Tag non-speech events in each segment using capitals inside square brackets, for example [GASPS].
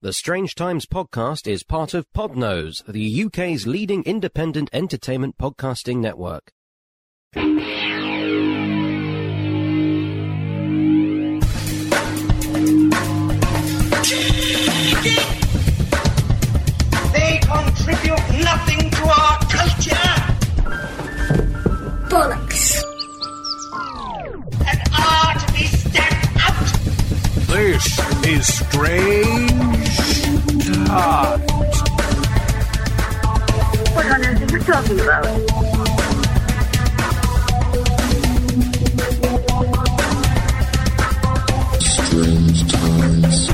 The Strange Times podcast is part of Podnose, the UK's leading independent entertainment podcasting network. They contribute nothing to our culture, Bollocks. and are to be stamped out. This is strange. What on earth are you talking about? Strange times.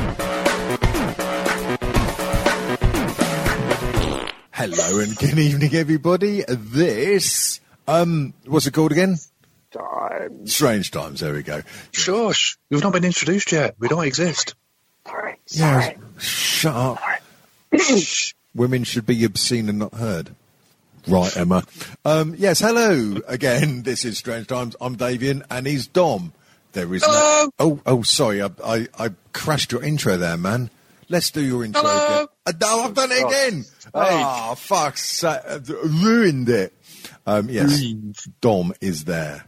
Hello and good evening, everybody. This, um, what's it called again? Times. Strange times. There we go. Shush, you've not been introduced yet. We don't exist. Yeah. Shut up. Shh. Women should be obscene and not heard. Right, Emma. Um, yes. Hello again. [LAUGHS] This is Strange Times. I'm Davian, and he's Dom. There is. No, oh, oh, sorry. I, I, I crashed your intro there, man. Let's do your intro again. Uh, no, I've done it again. Ah, fuck! Ruined it. Um, yes. Dom is there.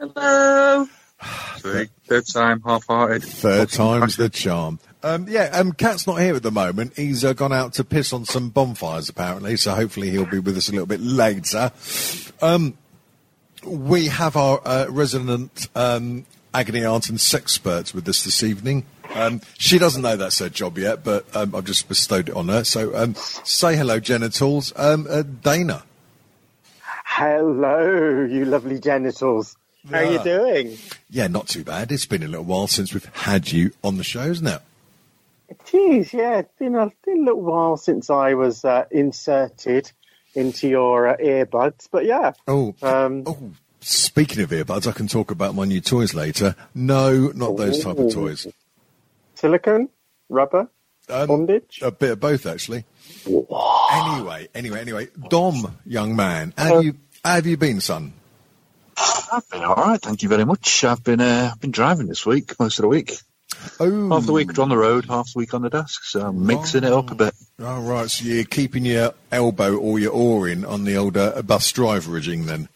Big, [SIGHS] Third time, half-hearted. Third time's the charm. Um, yeah, um, Cat's not here at the moment. He's uh, gone out to piss on some bonfires, apparently, so hopefully he'll be with us a little bit later. Um, we have our uh, resident um, agony aunt and sexpert with us this evening. Um, she doesn't know that's her job yet, but um, I've just bestowed it on her. So um, say hello, genitals. Um, uh, Dana. Hello, you lovely genitals. How are Yeah. you doing? Uh, Yeah, not too bad. It's been a little while since we've had you on the show, isn't it? Jeez, yeah, it's been a, been a little while since I was uh, inserted into your uh, earbuds, but yeah. Oh, Um, oh, speaking of earbuds, I can talk about my new toys later. No, not those type of toys. Um, Silicone, rubber, bondage. A bit of both, actually. Anyway, anyway, anyway. Dom, young man, how have you how have you been, son? I've been all right, thank you very much. I've been uh, been driving this week, most of the week. Oh, Half the week on the road, half the week on the desk, so I'm mixing it up a bit. oh, right. So you're keeping your elbow or your oar in on the older bus driveraging then.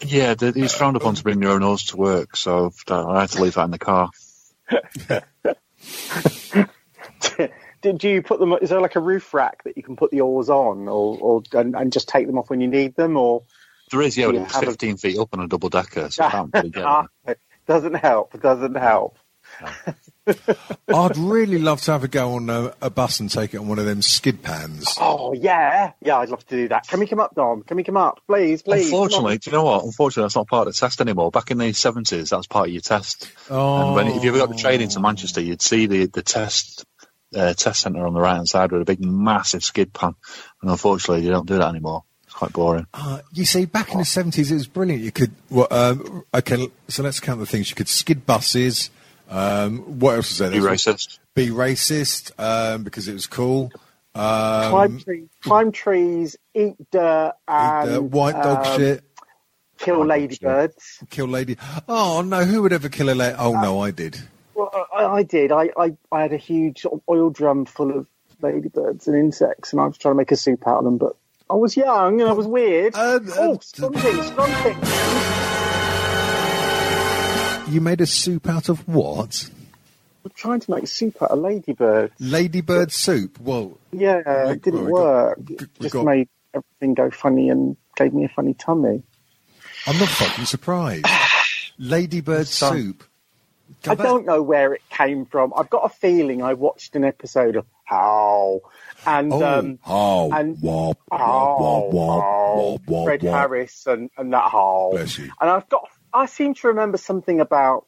Yeah, th- it's frowned upon to bring your own horse to work, so I had to leave that in the car. Did you put them? Is there like a roof rack that you can put the oars on, or, or and, and just take them off when you need them, or There is, yeah, but Yeah, it was have a- 15 feet up on a double decker, so I can't really get [LAUGHS] Ah, it. doesn't help? Doesn't help. I'd really love to have a go on uh, a, a bus and take it on one of them skid [LAUGHS] pans. Oh yeah, yeah, I'd love to do that. Can we come up, Dom? Can we come up, please, please? come on. Unfortunately, do you know what? Unfortunately, that's not part of the test anymore. Back in the 70s, that was part of your test. Oh, And when, if you ever got the train into Manchester, you'd see the the test uh, test centre on the right hand side with a big, massive skid pan. And unfortunately, they don't do that anymore. It's quite boring. Uh, you see, back in the seventies, it was brilliant. You could well, um, okay. l- So let's count the things you could skid buses. Um, what else was there? Be There was- racist. Be racist um, because it was cool. climb, Um, tree, climb trees, eat dirt, and uh, white dog um, shit, kill ladybirds. kill lady. Oh no, who would ever kill a lady? Oh no, I did. Well, I, I did. I, I, I had a huge sort of oil drum full of ladybirds and insects, and I was trying to make a soup out of them, but I was young and I [LAUGHS] was weird. Uh, uh, oh, something, something. You made a soup out of what? I'm trying to make soup out of ladybirds. Ladybird soup. Well, Yeah, We- it didn't we got- work. we It just got- made everything go funny and gave me a funny tummy. I'm not fucking [COUGHS] surprised. Ladybird soup. I don't know where it came from. I've got a feeling I watched an episode of How, and Oh, um, oh, and- wah, wah, wah, Oh, wah, oh, wah, wah, Fred wah. Harris and, and that whole. Bless you. And I've got, I seem to remember something about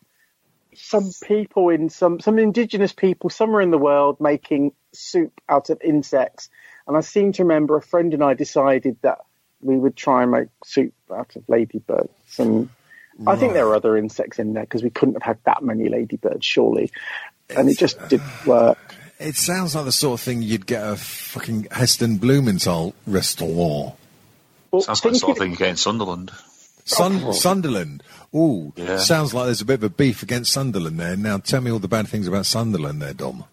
some people in some, some indigenous people somewhere in the world making soup out of insects. And I seem to remember a friend and I decided that we would try and make soup out of ladybirds. And I think there were other insects in there because we couldn't have had that many ladybirds, surely. And it just didn't work. It sounds like the sort of thing you'd get at a fucking Heston Blumenthal restaurant. Well, Sounds like the sort of thinking- thing you get in Sunderland. Sun- Sunderland. Ooh, Yeah. sounds like there's a bit of a beef against Sunderland there. Now tell me all the bad things about Sunderland there, Dom.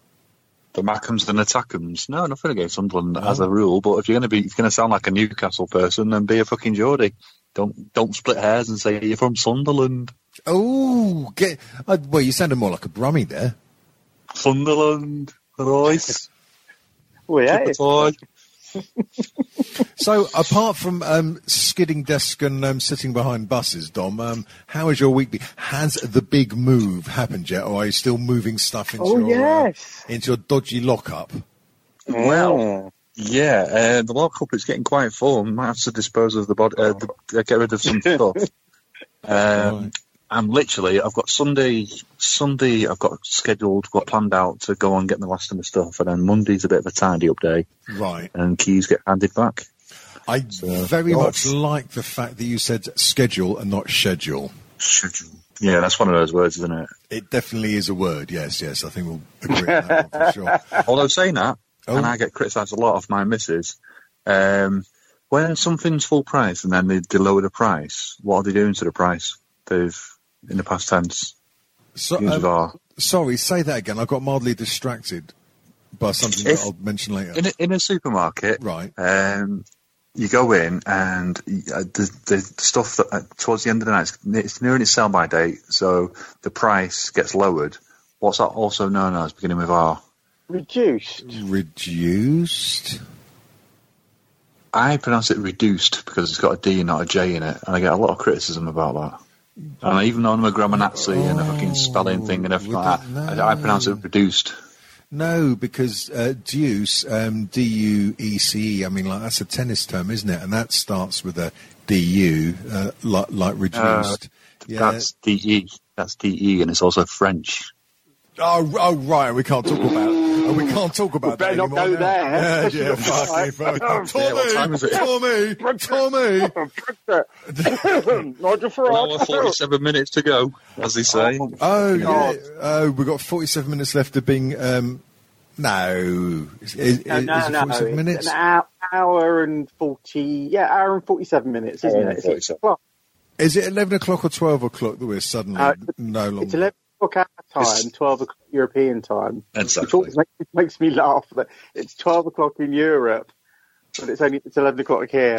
the Mackhams and the Tackhams. No, nothing against Sunderland as a rule, but if you're going to be, if you're going to sound like a Newcastle person, then be a fucking Geordie. Don't don't split hairs and say you're from Sunderland. Oh, get, uh, well, you sounded more like a Brummie there. Sunderland, [LAUGHS] Royce, Well, yeah, it's- Tripotoy. So, apart from um, skidding desk and um, sitting behind buses, Dom, um, how has your week been? Has the big move happened yet, or are you still moving stuff into Oh, your yes. uh, into your dodgy lockup? Well, Oh, Yeah, uh, the World Cup is getting quite full. Might have to dispose of the body, uh, the, uh, get rid of some stuff. Um, I'm literally. I've got Sunday. Sunday. I've got scheduled. Got planned out to go and get the last of my stuff, and then Monday's a bit of a tidy up day, Right. and keys get handed back. I So, very oh. much like the fact that you said schedule and not schedule. Yeah, that's one of those words, isn't it? It definitely is a word. Yes, yes. I think we'll agree on that one for [LAUGHS] sure. Although saying that, Oh. and I get criticised a lot of my missus, um, when something's full price and then they, they lower the price, what are they doing to the price? They've in the past tense. So, used um, our- sorry, say that again. I got mildly distracted by something that If- I'll mention later. in a, in a supermarket, Right. Um, you go in and uh, the, the stuff that uh, towards the end of the night, it's, it's nearing its sell-by date, so the price gets lowered. What's that also known as? Beginning with R. reduced. Reduced. I pronounce it reduced because it's got a D, not a J in it, and I get a lot of criticism about that. And I, even though I'm a grammar Nazi and a fucking spelling thing Oh, and everything like redu- that, no. I, I pronounce it reduced. No, because uh, deuce, um, D U E C E. I mean, like that's a tennis term, isn't it? And that starts with a D U, uh, like, like reduced. yeah. Uh, That's DE. That's DE, and it's also French. Oh, r- oh, right. We can't talk about. Oh, we can't talk about. better that not go anymore now. [LAUGHS] there. Yeah, yeah. fuck it, [LAUGHS] fuck it. Yeah, what time is it? Tommy, Tommy, Tommy. [CLEARS THROAT] Nigel Farage. 47 minutes to go, as they say. [LAUGHS] Oh, yeah. Oh, we've got 47 minutes left of being. Um, no, is, is, No, no, is it no, 47 it's minutes? An hour, hour and forty, yeah, hour and forty-seven minutes, isn't Hour and it? 47. o'clock. Is it 11 o'clock or 12 o'clock that we're suddenly Uh, no longer? It's eleven o'clock our time, It's- twelve o'clock European time. Exactly. Which always makes, makes me laugh that it's twelve o'clock in Europe, but it's only it's eleven o'clock here.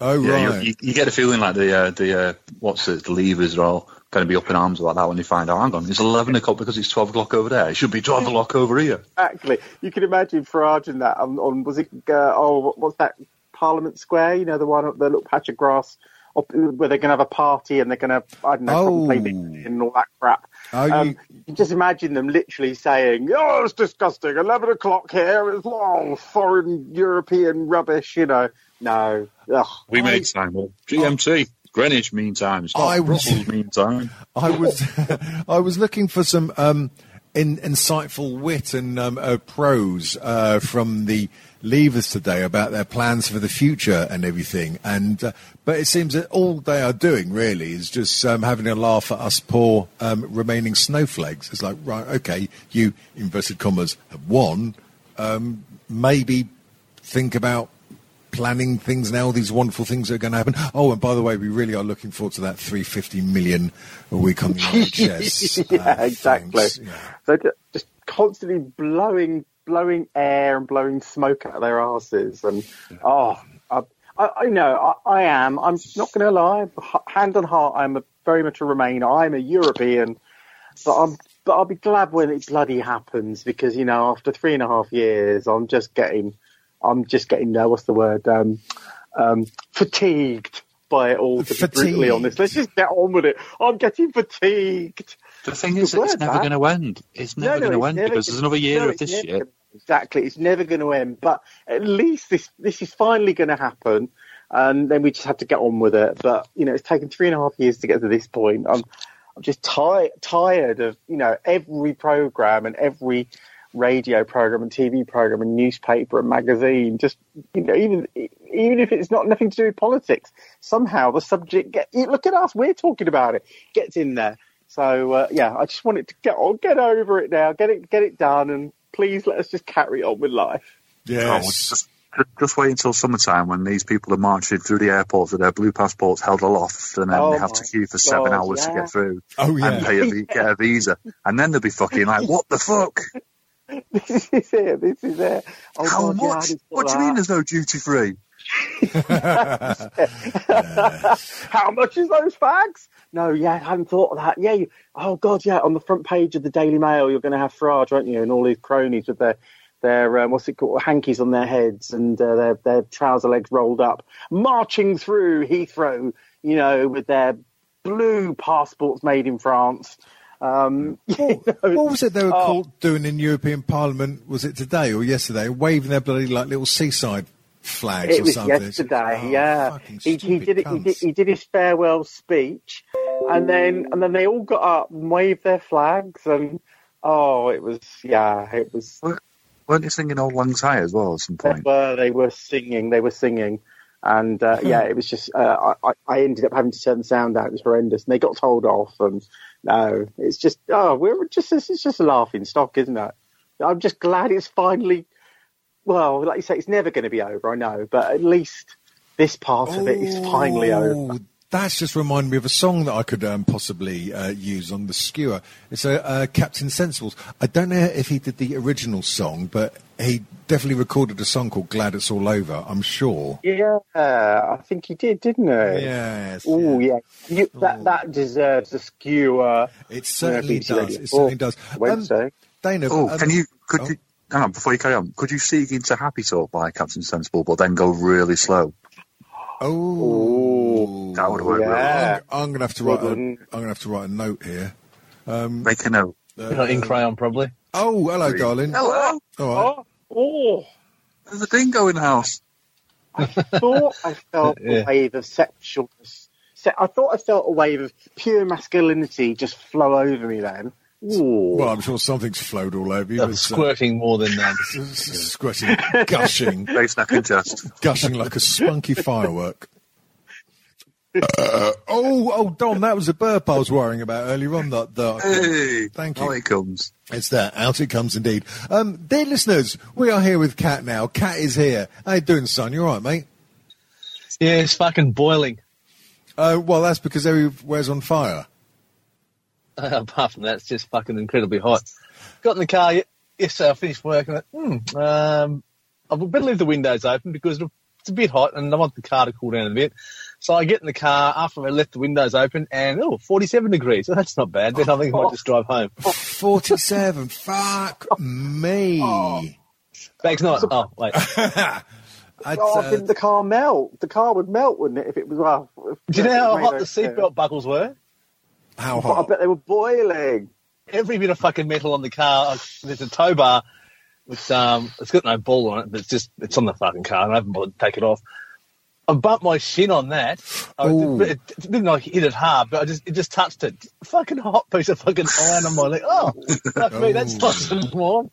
Oh, Yeah, you- right. you, you get the feeling like the uh, the uh, what's it, the levers are all going to be up in arms about that when they find out. Hang on, it's eleven o'clock because it's twelve o'clock over there. It should be twelve o'clock over here. Exactly. You can imagine Farage and that on, on was it uh, oh what- what's that Parliament Square? You know the one up the little patch of grass up where they're going to have a party and they're going to I don't know Oh. oh. play Big and all that crap. Oh, um, you- you... just imagine them literally saying, "Oh, it's disgusting. Eleven o'clock here. It's long foreign European rubbish." You know, no. Ugh. We made time. Well, GMT, Greenwich Mean Time, it's not I was- Brussels Mean Time. I was [LAUGHS] I was looking for some um, in, insightful wit and um, uh, prose uh, from the leavers today about their plans for the future and everything. And uh, but it seems that all they are doing really is just um, having a laugh at us poor um, remaining snowflakes. It's like right, okay, you inverted commas have won. Um, maybe think about planning things now, all these wonderful things that are going to happen. Oh, and by the way, we really are looking forward to that 350 million a week [LAUGHS] on the NHS. uh, yeah, exactly. thanks. Yeah. So ju- just constantly blowing, blowing air and blowing smoke out of their asses, and oh, I, I, I know I, I am. I'm not going to lie. h- Hand on heart, I'm a, very much a Remainer. I'm a European, but I'm. But I'll be glad when it bloody happens because you know after three and a half years, I'm just getting, I'm just getting. Uh, what's the word? Um, um, fatigued by it all. To be brutally Fatigued. honest, let's just get on with it. I'm getting fatigued. The thing is, is, Good it's it's word, never never that. going gonna to end. It's No, never no, going to it's end never because gonna- there's another year no, of it's this never shit. gonna- Exactly, it's never going to end. But at least this this is finally going to happen, and then we just have to get on with it. But you know, it's taken three and a half years to get to this point. I'm I'm just tired tired of you know every program and every radio program and TV program and newspaper and magazine. Just you know, even e, even if it's not nothing to do with politics, somehow the subject get look at us, we're talking about it, gets in there. So uh, yeah, I just wanted to get on, get over it now, get it get it done, and please let us just carry on with life. [LAUGHS] Oh, Yes. just, just wait until summertime when these people are marching through the airport with their blue passports held aloft and then Oh they have to my queue for seven God, hours to yeah. get through Oh, and yeah. pay a, vi- get a visa. And then they'll be fucking like, what the fuck? This is it. This is it. Oh, How God, yeah, I much? just thought What do you that. mean there's no duty free? How much is those fags? No, yeah, I hadn't thought of that. Yeah, you, oh god, yeah. On the front page of the Daily Mail, you're going to have Farage, aren't you? And all his cronies with their their um, what's it called hankies on their heads and uh, their their trouser legs rolled up, marching through Heathrow, you know, with their blue passports made in France. Um, you know, What was it they were [LAUGHS] Oh. called doing in European Parliament? Was it today or yesterday? Waving their bloody like little seaside flags It or was something. It's- yesterday. oh, yeah, fucking he, he stupid did it. He cunts. did, he did his farewell speech, and then and then they all got up and waved their flags, and oh, it was yeah, it was. Weren't you singing Old Lang Syne as well at some They point? were they were singing, they were singing, and uh, yeah, it was just uh, I, I- I ended up having to turn the sound out. It was horrendous, and they got told off, and no, it's just oh, we're just it's just a laughing stock, isn't it? I'm just glad it's finally. Well, like you say, it's never going to be over. I know, but at least this part of it is finally over. Ooh, That's just reminded me of a song that I could um, possibly uh, use on the skewer. It's uh, uh, Captain Sensibles. I don't know if he did the original song, but he definitely recorded a song called "Glad It's All Over." I'm sure. Yeah, I think he did, didn't he? Yes. Oh yeah, You- Ooh. that that deserves a skewer. It certainly BBC does. Radio It certainly four, does. Um, Wednesday. Dana, Oh, um, can you? Could oh. you? Hang on, before you carry on, could you sing into Happy Talk by Captain Sensible, but then go really slow? Oh, Ooh, that would work yeah. I'm, I'm gonna have to write. A, I'm Wouldn't. gonna have to write a note here. Mm. Um, Make a note. in crayon, probably. Oh, hello, Three. darling. Hello, All right. Oh, oh. there's a dingo in the house. thought I felt [LAUGHS] Yeah. a wave of sexual. Se- I thought I felt a wave of pure masculinity just flow over me then. Ooh. Well, I'm sure something's flowed all over you. I'm It's, uh, squirting more than that. [LAUGHS] s- s- squirting, gushing, They snap in chest. gushing like a spunky firework. Uh, oh, oh, Don, that was a burp I was worrying about earlier on. That, that Hey, Thank How you. it comes. It's there. Out it comes indeed. Um, dear listeners, we are here with Cat now. Cat is here. How you doing, son? You all right, mate? Yeah, it's fucking boiling. Uh, well, that's because everywhere's on fire. Apart from that, it's just fucking incredibly hot. Got in the car ye- yesterday. I finished work and I went, hmm, um, I better leave the windows open because it's a bit hot and I want the car to cool down a bit. So I get in the car after I left the windows open and oh, 47 degrees. So that's not bad. Then I think I might just drive home. 47. Fuck me. Thanks, not. Oh, wait. That's, Oh, uh, didn't the car melt? The car would melt, wouldn't it? If it was well. if- Do you know if how it hot the rained seatbelt buckles were? how out? I hot? bet they were boiling. every bit of fucking metal on the car. uh, There's a tow bar with um, it's got no ball on it, but it's just it's on the fucking car, and I haven't bothered to take it off. I bumped my shin on that. I, Ooh. it, it didn't like hit it hard, but I just it just [LAUGHS] touched it. Fucking hot piece of fucking iron on my leg. Oh, fuck me, that's not some warm.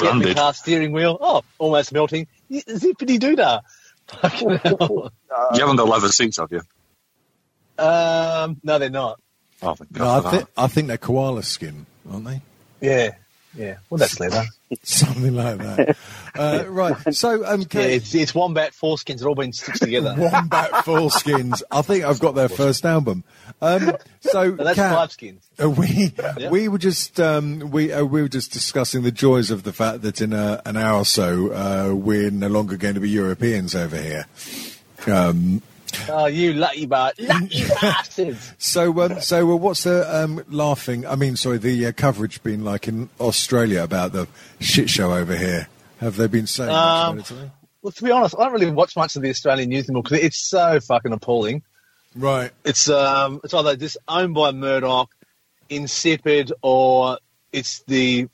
Get in the Branded. car steering wheel. Oh, almost melting. Y- Zippity doo dah. Fucking hell. you haven't got leather seats, have you? Um, no, they're not. Oh, thank No, I, God for thi- I think they're koala skin, aren't they? [LAUGHS] Yeah, yeah. Well, that's leather. Something like that. [LAUGHS] Uh, right. So, um, Yeah, Cat, it's, it's wombat foreskins. They're all been stitched together. [LAUGHS] Wombat Foreskins. I think I've got their first album. Um, [LAUGHS] so, No, that's Cat, five skins. Uh, we Yeah. we were just um, we uh, we were just discussing the joys of the fact that in a, an hour or so uh, we're no longer going to be Europeans over here. Oh, you lucky bart, lucky bastards! So um, so uh, what's the um, laughing? I mean, sorry, the uh, coverage been like in Australia about the shit show over here. Have they been saying much Um, about it today? Well, to be honest, I don't really watch much of the Australian news anymore because it's so fucking appalling. Right. It's um, it's either just owned by Murdoch, insipid, or it's the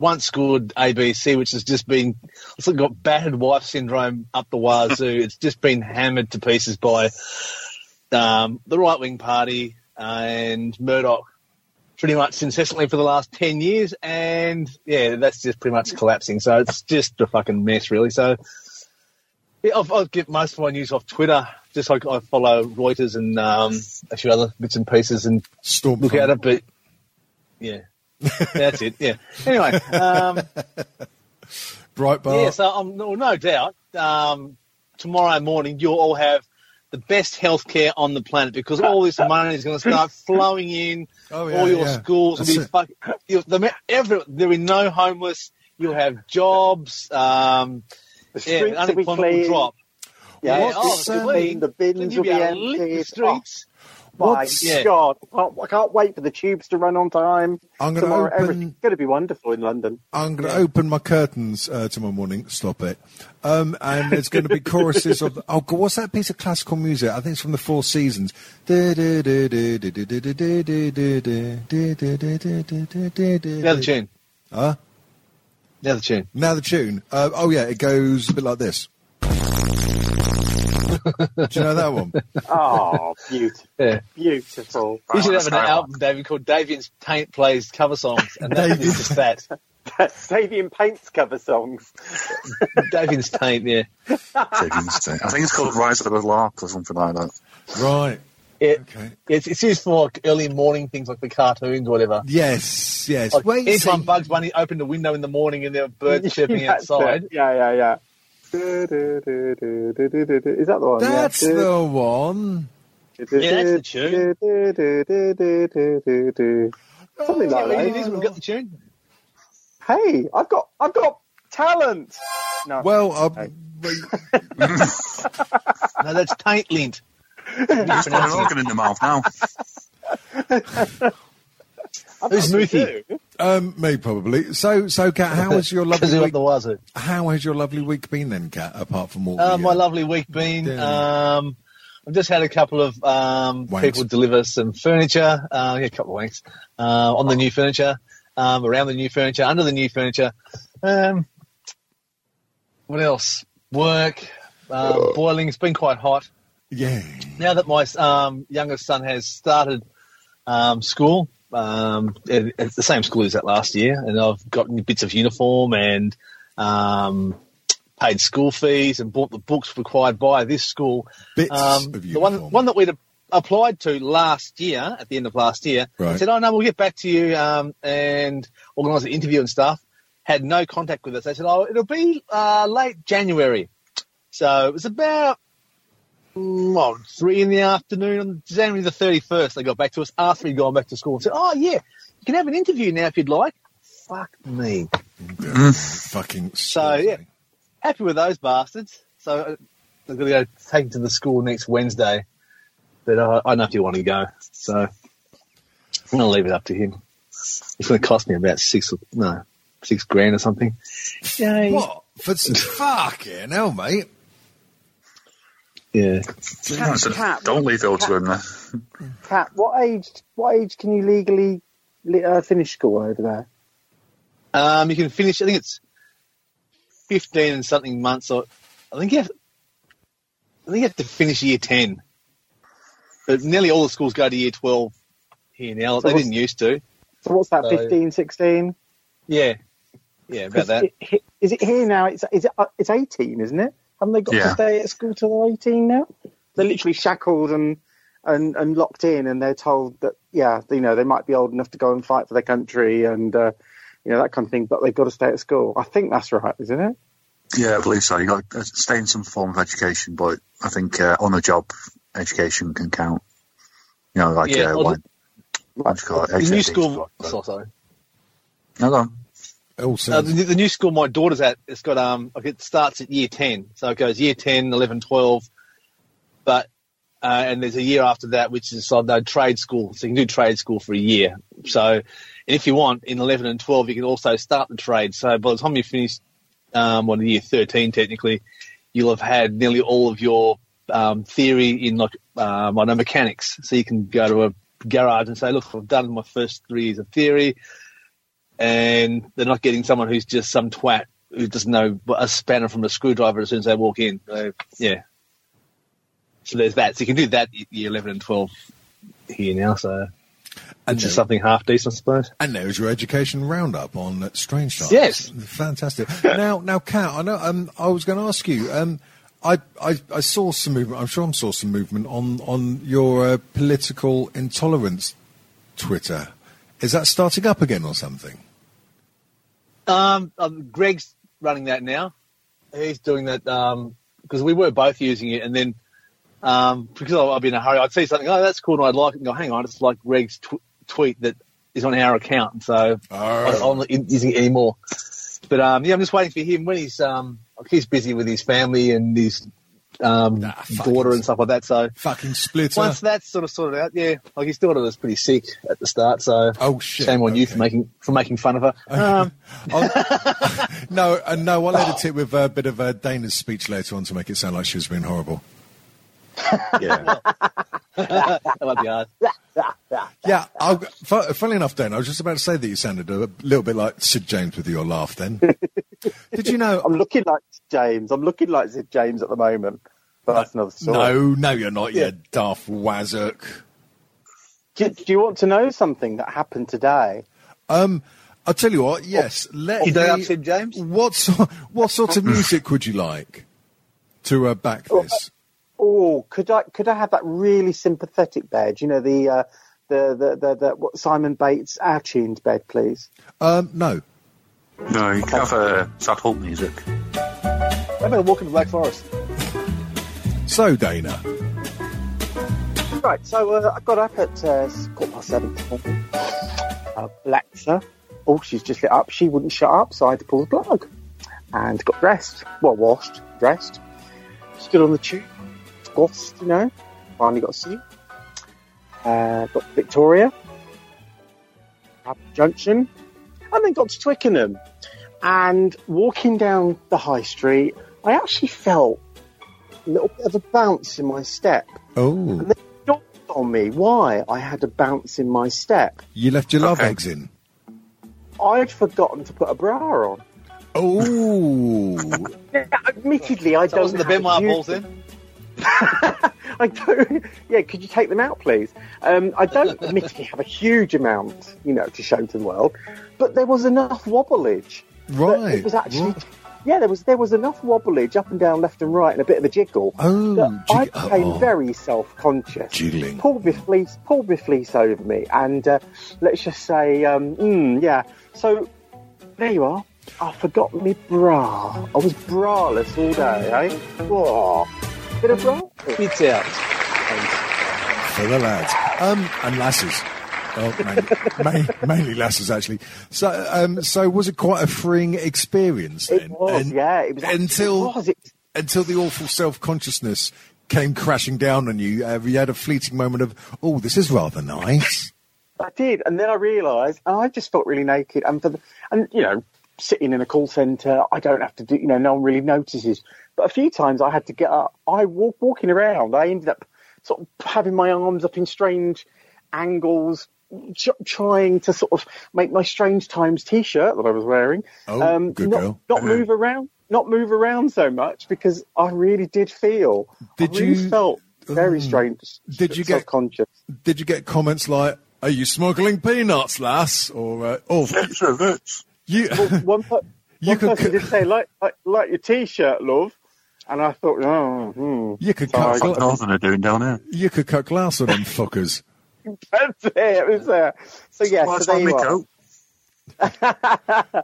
once good ABC, which has just been it's like got battered wife syndrome up the wazoo. it's just been hammered to pieces by um, the right wing party and Murdoch. Pretty much incessantly for the last ten years, and yeah, that's just pretty much collapsing. So it's just a fucking mess, really. So yeah, I've, I get most of my news off Twitter. Just like I follow Reuters and um, a few other bits and pieces and Storm. look at it, but yeah, that's it. Yeah. Anyway, um, Breitbart. yeah. So I'm no, no doubt um, tomorrow morning you'll all have the best healthcare on the planet because all this money is going to [LAUGHS] start flowing in. Oh, yeah, all your yeah. schools will That's be it. fuck. you- the, every, there'll be no homeless. You'll have jobs. Um, The yeah, streets will be unemployment will clean. drop. Yeah, Yeah, it's oh, so clean. The Then bins you'll will be be able to lick empty. the streets. My What's- Yeah. God, I can't, I can't wait for the tubes to run on time. I'm gonna Tomorrow, open- everything's going to be wonderful in London. I'm going to open my curtains uh, tomorrow morning. Stop it. Um, and there's going to be choruses of oh, God, what's that piece of classical music? I think it's from the Four Seasons. The Another other tune. Huh? The other tune. Now the tune. Uh, oh yeah, it goes a bit like this. Do you know that one? [LAUGHS] Oh, beautiful, Yeah. beautiful. [LAUGHS] You should have an Skylark. album, David, called Davian's Paint Plays Cover [LAUGHS] Songs, and that's Davian. just that. Savian Paints [LAUGHS] cover songs. Davian's Taint, yeah. I think it's called Rise of the Lark or something like that. Right. It, Okay. it's, it's used for like, early morning things like the cartoons or whatever. Yes. Yes. Like, Wait. each so- time Bugs Bunny opened the window in the morning and there were [LAUGHS] birds chirping That's it. outside. Yeah, yeah, yeah. Du- du- du- du- du- du- du- du- Is that the one? That's yeah. the one. Du- du- Yeah, that's the du- tune. du- du- du- du- du- du- du. [LAUGHS] Something Yeah, like Oh, it that. is. We've got the tune. Hey, I've got, I've got talent. No, Well, uh, No, that's Taint [LAUGHS] Lint. He's got an organ in the mouth now. I've Who's got to Smoothie? do. um, me probably. So, so Kat, how has [LAUGHS] your Because lovely they're week? up the wazoo. How has your lovely week been then, Kat? Apart from all Uh, the, My uh, lovely week been. Yeah. Um, I've just had a couple of um, Wanks. people deliver some furniture. Uh, yeah, a couple of wanks uh, on the new furniture, um, around the new furniture, under the new furniture. Um, what else? Work. Um, boiling. It's been quite hot. yeah, Now that my um, youngest son has started um, school, um, it, it's the same school as that last year, and I've gotten bits of uniform and um, paid school fees and bought the books required by this school. bits Um, of the one, uniform. one that we'd applied to last year, at the end of last year, Right. they said, "Oh no, we'll get back to you um, and organise an interview and stuff." Had no contact with us. They said, "Oh, it'll be uh, late January," so it was about mm, well three in the afternoon on January the thirty-first. They got back to us after we'd gone back to school and said, "Oh yeah, you can have an interview now if you'd like." Fuck me. [LAUGHS] Yeah, fucking. So, yeah. Happy with those bastards. So uh, they're going to go take them to the school next Wednesday. But I, I know if you want to go, so I'm going to leave it up to him. It's going to cost me about six, or- no, six grand or something. Yay. What for? fucking hell, mate. Yeah. I said, Don't leave it all to him then. Kat, what age? What age can you legally le- uh, finish school over there? Um, you can finish. I think it's fifteen and something months, or I think you have. I think you have to finish year ten. But nearly all the schools go to year twelve here now. So They what's- didn't used to. So what's that? So- Fifteen, sixteen? 15, 16? Yeah, yeah, about 'Cause that. it- he- Is it here now? It's is it, uh, it's eighteen, isn't it? Haven't they got to Yeah. stay at school till they're eighteen now? They're literally shackled and and and locked in, and they're told that yeah, you know, they might be old enough to go and fight for their country and uh, you know that kind of thing, but they've got to stay at school. I think that's right, isn't it? Yeah, I believe so. you got to stay in some form of education, but I think uh, on the job education can count. You know, like, Yeah, uh, well, what, what do you call it? the new HSE school. but- Sorry, sorry. No, go on. Also, Uh, the, the new school my daughter's at, it's got um, like it starts at year ten, so it goes year 10, 11, 12, but uh, and there's a year after that which is uh, no trade school, so you can do trade school for a year. So, and if you want in eleven and twelve, you can also start the trade. So by the time you finish, um, well, year thirteen technically, you'll have had nearly all of your um, theory in like um, I know mechanics, so you can go to a garage and say, look, I've done my first three years of theory and they're not getting someone who's just some twat who doesn't know what- a spanner from a screwdriver as soon as they walk in. So, yeah. So there's that. So you can do that y- year 11 and 12 here now. So and, it's just there- something half decent, I suppose. and there's your education roundup on uh, Strange Times. Yes. [LAUGHS] fantastic. now, now, Kat, I know. Um, I was going to ask you. Um, I, I, I saw some movement. I'm sure I saw some movement on on your uh, political intolerance Twitter. Is that starting up again or something? Um, um, Greg's running that now. He's doing that because we were both using it, and then um, because I- I've been in a hurry, I'd see something. Oh, that's cool, and I'd like it. And go, hang on, it's like Greg's tw- tweet that is on our account, so Oh. I- I'm not in- using it anymore. But um, yeah, I'm just waiting for him when he's um, he's busy with his family and his um, Nah, fucking- daughter and stuff like that. So Fucking splitter. once that's sort of sorted out, yeah, like his daughter was pretty sick at the start. So Oh, shit, shame on you for okay. [LAUGHS] making for making fun of her. Um, I'll- [LAUGHS] no, uh, no, I'll edit it with a bit of uh, Dana's speech later on to make it sound like she was being horrible. Yeah. that might be hard. Yeah, I'll, fu- funnily enough, Dan, I was just about to say that you sounded a little bit like Sid James with your laugh. [LAUGHS] Then, did you know? I'm looking like James. I'm looking like Sid James at the moment, but that's another story. No, no, you're not. You daft wazzock. Do, do you want to know something that happened today? I'll tell you Oh. what. Yes, let You don't me- have Sid James? What sort? What sort of music would you like to uh, back this? Oh, could I could I have that really sympathetic bed? You know the uh, the the the, the what, Simon Bates our tuned bed, please. Um, no. No, you can have uh, Sad Hulk music. What about a walk in the Black Forest? So, Dana, Right, so uh, I got up at uh, quarter past seven. this morning. Uh, Alexa, oh, she's just lit up. She wouldn't shut up, so I had to pull the plug and got dressed. Well, washed, dressed. Stood on the tube, squashed, you know. Finally got a seat. Uh, got to Victoria, up Junction, and then got to Twickenham. And walking down the high street, I actually felt a little bit of a bounce in my step oh, dawned on me why I had a bounce in my step. you left your love Okay. eggs in. I'd forgotten to put a bra on. [LAUGHS] Oh, Now, admittedly, I That don't. wasn't the have a Benoit huge- balls then. [LAUGHS] I don't. Yeah, could you take them out, please? Um, [LAUGHS] I don't admittedly have a huge amount, you know, to show to the world, but there was enough wobblage. that right. It was actually. Yeah, there was there was enough wobblage up and down, left and right, and a bit of a jiggle. Oh, that I jig- became oh. very self-conscious. Jiggling. Pulled my fleece, pulled my fleece over me, and uh, let's just say, um, mm, yeah. So there you are. I forgot my bra. I was braless all day, eh? Whoa. Bit Mm. of bra. It's out. for the lads um, and lasses. Oh, mainly, ma- mainly lasses actually. So, um, so was it quite a freeing experience then? It was, And- yeah. It was until it was, it, until the awful self consciousness came crashing down on you. Uh, you had a fleeting moment of, oh, this is rather nice. I did, and then I realised, and I just felt really naked. And for the, and you know, sitting in a call centre, I don't have to do. You know, no one really notices. But a few times I had to get up. I walk walking around. I ended up sort of having my arms up in strange angles, ch- trying to sort of make my strange times T-shirt that I was wearing. um, Oh, good not, girl. Uh-huh. Not move around. Not move around so much because I really did feel. Did I really you- felt very Mm. strange? Did you get- conscious? Did you get comments like, are you smuggling peanuts, lass? Or, uh, oh, It's reverts. you. one, per- [LAUGHS] You one could person c- did say, like, like, like your t-shirt, love. And I thought, oh, hmm, [LAUGHS] You could That's cut, what gla- Northern are doing down here. you could cut glass on them fuckers. that's it, it was there. So, yeah, Well, so it's there on you my are. coat. [LAUGHS]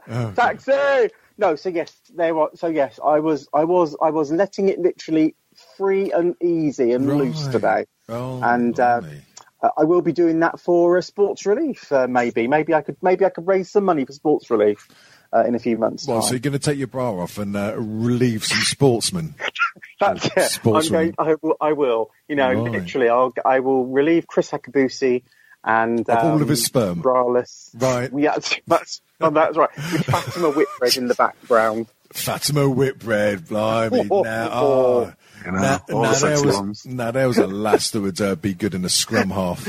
Oh. Taxi! No, so yes, there was, so yes, I was, I was, I was letting it literally free and easy and loose Right. today. Oh, And, uh, blimey. Uh, I will be doing that for uh, sports relief, uh, maybe. Maybe I could, maybe I could raise some money for sports relief uh, in a few months. well, time. so you're going to take your bra off and uh, relieve some sportsmen. [LAUGHS] That's it. Sports I'm going, I, will, I will. You know, Right. literally, I'll, I will relieve Chris Akabusi and Of all um, of his sperm. Braless. Right. [LAUGHS] Yeah, that's, oh, that's right. With Fatima Whitbread in the background. Fatima Whitbread, blimey. Oh, now, oh. oh, You know, now, all now the there sexy was, ones. Now there was a lass that would uh, be good in a scrum half.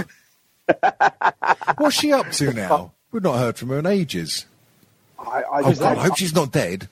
What's she up to now? We've not heard from her in ages. I, I Oh, just, God, I hope she's Oh. not dead.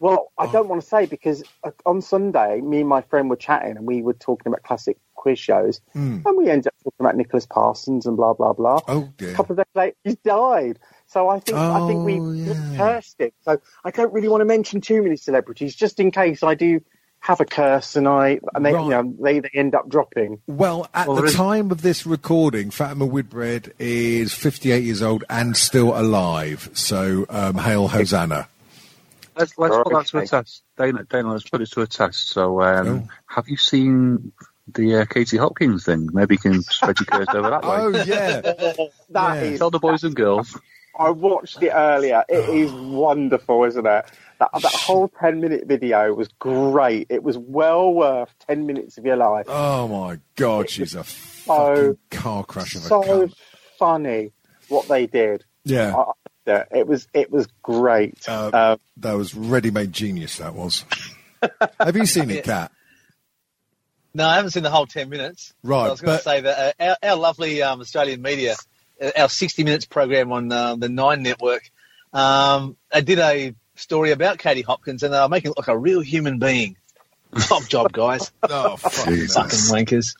well, I don't want to say because uh, on Sunday, me and my friend were chatting and we were talking about classic quiz shows, and we ended up talking about Nicholas Parsons and blah blah blah. Hmm. Oh, dear. A couple of days later, he's died. So I think I think we Oh, yeah. cursed him. So I don't really want to mention too many celebrities, just in case I do have a curse and I and they Right. you know, they, they end up dropping. Well, at Well, the there is- time of this recording, Fatima Whitbread is 58 years old and still alive. So, um, hail Hosanna. Let's, let's put that to Okay. a test. Dana, Dana, let's put it to a test. So, um, have you seen the uh, Katie [LAUGHS] Hopkins thing? Maybe you can spread your curse over that way. Oh, yeah. That Yeah. [LAUGHS] is Tell the boys and girls. I watched it earlier. It is Oh. wonderful, isn't it? That, that whole 10 minute video was great. It was well worth 10 minutes of your life. Oh my god, she's a fucking car crash of a so cunt. funny what they did. Yeah. I- I- it was it was great. Uh, Um, that was ready-made genius. That was. Have you seen it, Kat? No, I haven't seen the whole 10 minutes. Right, I was going but- to say that uh, our, our lovely um, Australian media, uh, our 60 Minutes program on uh, the Nine Network, um, I did a story about Katie Hopkins and they were making it look like a real human being. [LAUGHS] Top job, guys. [LAUGHS] Oh, fucking, Jesus. Fucking wankers.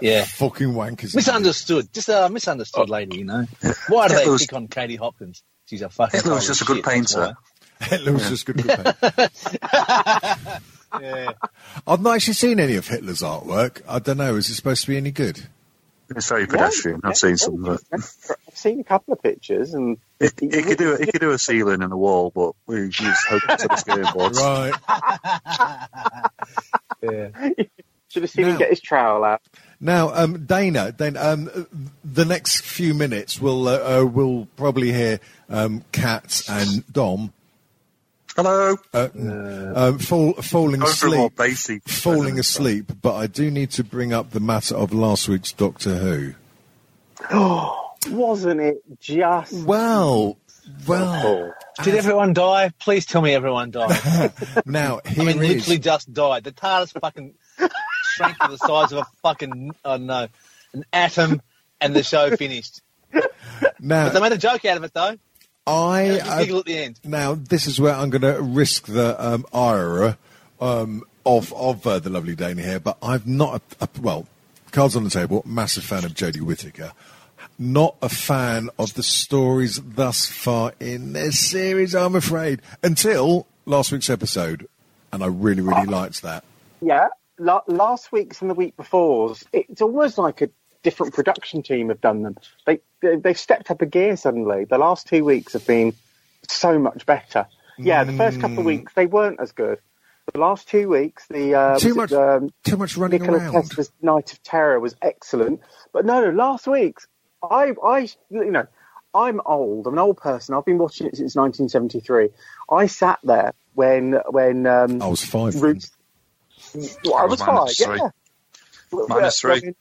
Yeah. fucking wankers. Misunderstood. Just a misunderstood lady, you know. Why do Oh. Hitler they was- pick on Katie Hopkins? She's a fucking. Hitler was pile just a of good shit, that's painter. Hitler was just good. for paint. why. [LAUGHS] Yeah. I've not actually seen any of Hitler's artwork. I don't know. Is it supposed to be any good? It's very pedestrian. I've seen some, but I've seen a couple of pictures and it, it could do it could do a ceiling and a wall, but we we just hope [LAUGHS] it's to the skirtboards. Right. Yeah. should have seen No. him get his trowel out. Now, um, Dana, then um, the next few minutes we'll uh, uh, we'll probably hear um, Kat and Dom Hello. uh, um, fall, falling Going for a more asleep, basic. um, falling asleep. But I do need to bring up the matter of last week's Doctor Who. Wasn't it just Well, well. Did everyone die? Please tell me everyone died. Now I here mean, is- literally just died. The TARDIS fucking shrank to the size of a fucking, I don't know, an atom, and the show finished. now They made a joke out of it, though. I You uh, giggle at the end. Now, this is where I'm going to risk the um, IRA um, of, of uh, the lovely Dana here, but I've not, a, a- well, cards on the table, massive fan of Jodie Whittaker. Not a fan of the stories thus far in this series, I'm afraid, until last week's episode. And I really, really liked that. Yeah, la- last week's and the week before's. It's almost like a different production team have done them. They, they they've stepped up a gear suddenly. The last two weeks have been so much better. Yeah, the first couple of Mm. weeks they weren't as good. The last two weeks, the uh, too much, was it, um, too much running Nikola around. Tesla's Night of Terror was excellent, but no, no, last week's. I, I, you know, I'm old. I'm an old person. I've been watching it since 1973. I sat there when when um, I was five. Root. Well, I I was was five. minus three. Yeah. Minus Well, three.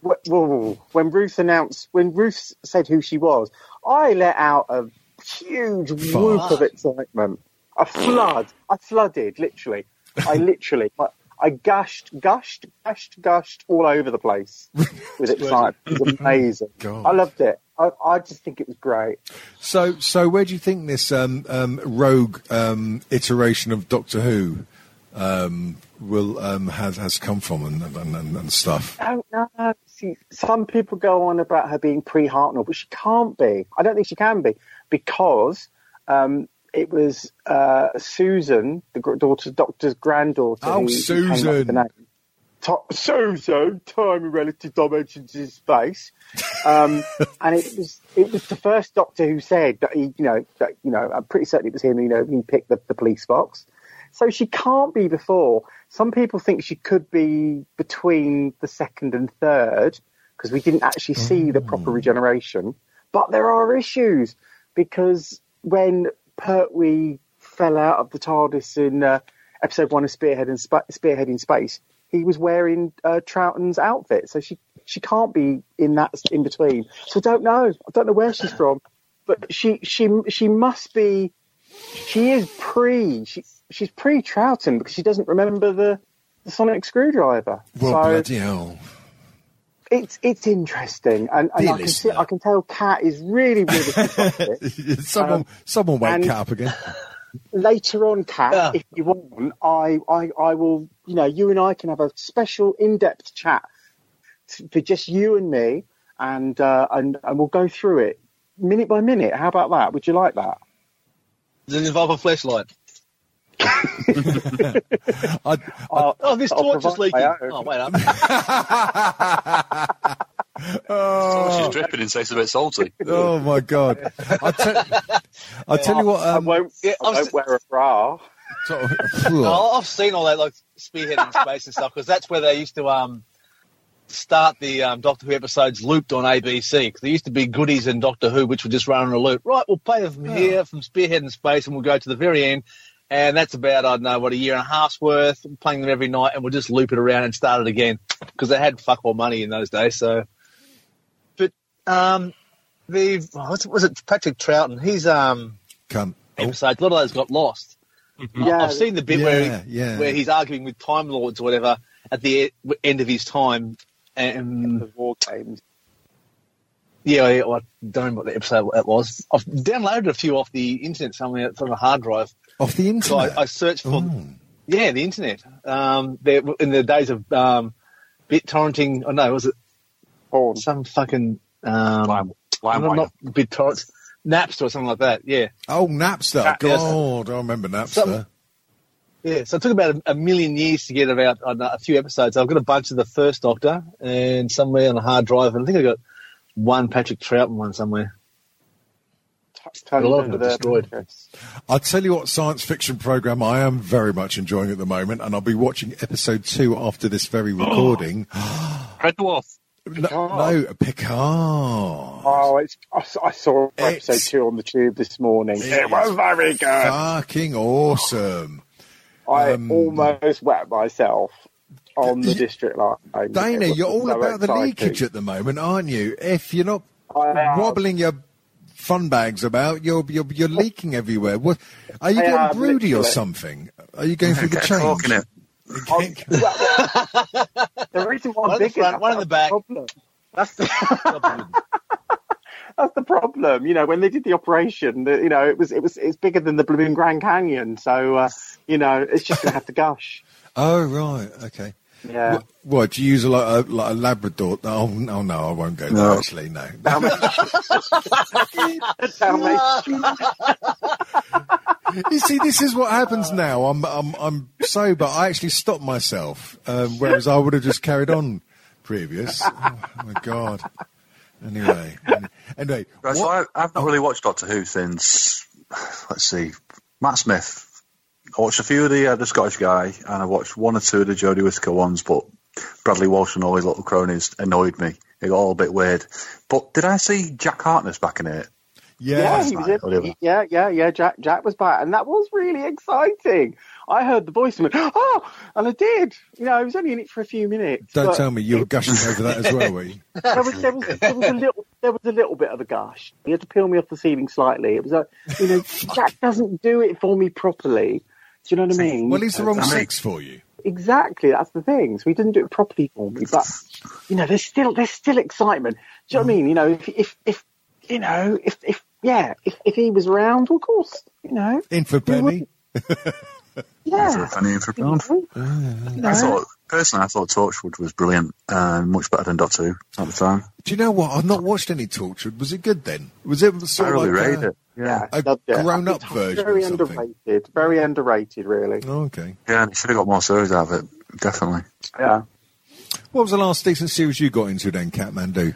When, well, when Ruth announced, when Ruth said who she was, I let out a huge whoop of excitement. A flood. I flooded, literally. [LAUGHS] I literally. I, I gushed, gushed, gushed, gushed all over [LAUGHS] the place with excitement. It was amazing. God. I loved it. I, I just think it was great. So, so where do you think this um, um, rogue um, iteration of Doctor Who um, will um, has has come from and and, and, and stuff? I don't know. See, some people go on about her being pre-Hartnell, but she can't be. I don't think she can be because um, it was uh, Susan, the gr- daughter, doctor's granddaughter. Oh, who- who came up Susan. with the name. To- Susan, time and relative dimensions in space, [LAUGHS] um, and it was it was the first Doctor who said that he, you know, that, you know, I'm pretty certain it was him. You know, he picked the, the police box. So she can't be before. Some people think she could be between the second and third because we didn't actually see the Mm. proper regeneration. But there are issues because when Pertwee fell out of the TARDIS in uh, episode one of Spearhead and Spa Spearhead in Space, he was wearing uh, Troughton's outfit. So she she can't be in that s- in between. So I don't know. I don't know [SIGHS] where she's from, but she she she must be she is pre she, she's pre Troughton because she doesn't remember the, the sonic screwdriver. Well, so bloody hell! [LAUGHS] it's it's interesting, and, and Dear I can see, listener. I can tell Kat is [LAUGHS] really really. good at it. someone, someone wake um, and- Kat up [LAUGHS] again. Later on, Kat, Yeah. if you want, I, I I will you know you and I can have a special in depth chat t- for just you and me, and uh, and and we'll go through it minute by minute. How about that? Would you like that? Does it involve a flashlight? I, Oh, this I'll torch is provide leaking. my own. Oh, wait up. oh, She's dripping and tastes a bit salty. oh my god! I tell, I tell you what. I Um, won't. yeah, I won't I'm s- wear a bra. sort of- [LAUGHS] Oh. Oh, No, I've seen all that, like spearhead in space and stuff, because that's where they used to um, start the um, Doctor Who episodes looped on ABC because there used to be goodies in Doctor Who which would just run on a loop. Right, we'll play them from here, from Spearhead in Space, and we'll go to the very end. And that's about, I don't know, what, a year and a half's worth, playing them every night, and we'll just loop it around and start it again because they had fuck all money in those days. So, But um, the, oh, what's- was it Patrick Troughton? His um, Come. Oh, episodes, a lot of those got lost. Yeah, I've seen the bit where he, Yeah, yeah. where he's arguing with Time Lords or whatever at the e- end of his time, and the war games. yeah, yeah, well, I don't remember what the episode that was. I've downloaded a few off the internet somewhere from a hard drive. off the So internet. I, I searched for Ooh. yeah the internet. Um, there in the days of um, bit torrenting. Oh no, was it Porn. some fucking um, Lime, no, LimeWire. not bit torrent, Napster or something like that. Yeah, oh, Napster. Nap- yes. God, I remember Napster. Some- Yeah, so it took about a, a million years to get about I don't know, a few episodes. I've got a bunch of the first Doctor and somewhere on a hard drive, and I think I got one Patrick Troughton one somewhere. [LAUGHS] Tons A lot of of it destroyed. podcasts. I'll tell you what science fiction program I am very much enjoying at the moment, and I'll be watching episode two after this [GASPS] very recording. Red Dwarf. no, no, Picard. Oh, it's, I, s- I saw It's- episode two on the tube this morning. It was very good. Fucking awesome. I um, almost wet myself on the district line. Dana, It was you're all so about the exciting. leakage at the moment, aren't you? If you're not I am. wobbling your fun bags about, you're you're, you're leaking everywhere. What, are you I getting am, broody or literally. something? Are you going for the Get [LAUGHS] talking change? it. I'm- the reason why One I'm at the thinking front, that- one at the back. problem. That's the That's the problem. You know, when they did the operation, the, you know, it was it was it's bigger than the blooming Grand Canyon. So uh, you know, it's just gonna have to gush. [LAUGHS] Oh right, okay. Yeah. What, what do you use a like a, like a Labrador? Oh no, no, I won't go there. No. Actually, no. That's how they- you see, this is what happens now. I'm I'm I'm sober. I actually stopped myself, um, whereas I would have just carried on previous. Oh my god. Anyway, anyway, Right, so I, I've not really watched Doctor Who since, let's see, Matt Smith. I watched a few of the, uh, the Scottish guy, and I watched one or two of the Jodie Whittaker ones, but Bradley Walsh and all his little cronies annoyed me. It got all a bit weird. But did I see Jack Hartness back in it? Yeah, yeah, he was night, in- whatever. yeah, yeah, yeah. Jack, Jack was back, and that was really exciting. I heard the voice and went, "Oh!" and I did. You know, I was only in it for a few minutes. don't but tell me you were gushing over that as well, were you? There was, there, was, there was a little, there was a little bit of a gush. You had to peel me off the ceiling slightly. It was like, [LAUGHS] you know, Jack doesn't do it for me properly. Do you know what I mean? Well, he's the wrong I mean- sex for you. Exactly, that's the thing. So he didn't do it properly for me, but you know, there's still there's still excitement. Do you know what I mean? You know, if if, if you know, if if yeah, if, if he was around, well, of course, you know, In for penny. For yeah. a penny and for a You pound. know? Mm-hmm. I thought, personally, I thought Torchwood was brilliant and much better than Doctor Who at the time. Do you know what? I've not watched any Tortured. Was it good then? Was it I sort of really like rated uh, it. Yeah. a Loved it. grown-up It's version or Very something. underrated. Very underrated, really. Oh, okay. Yeah, and it should have got more series out of it, definitely. Yeah. What was the last decent series you got into then, Catmandu?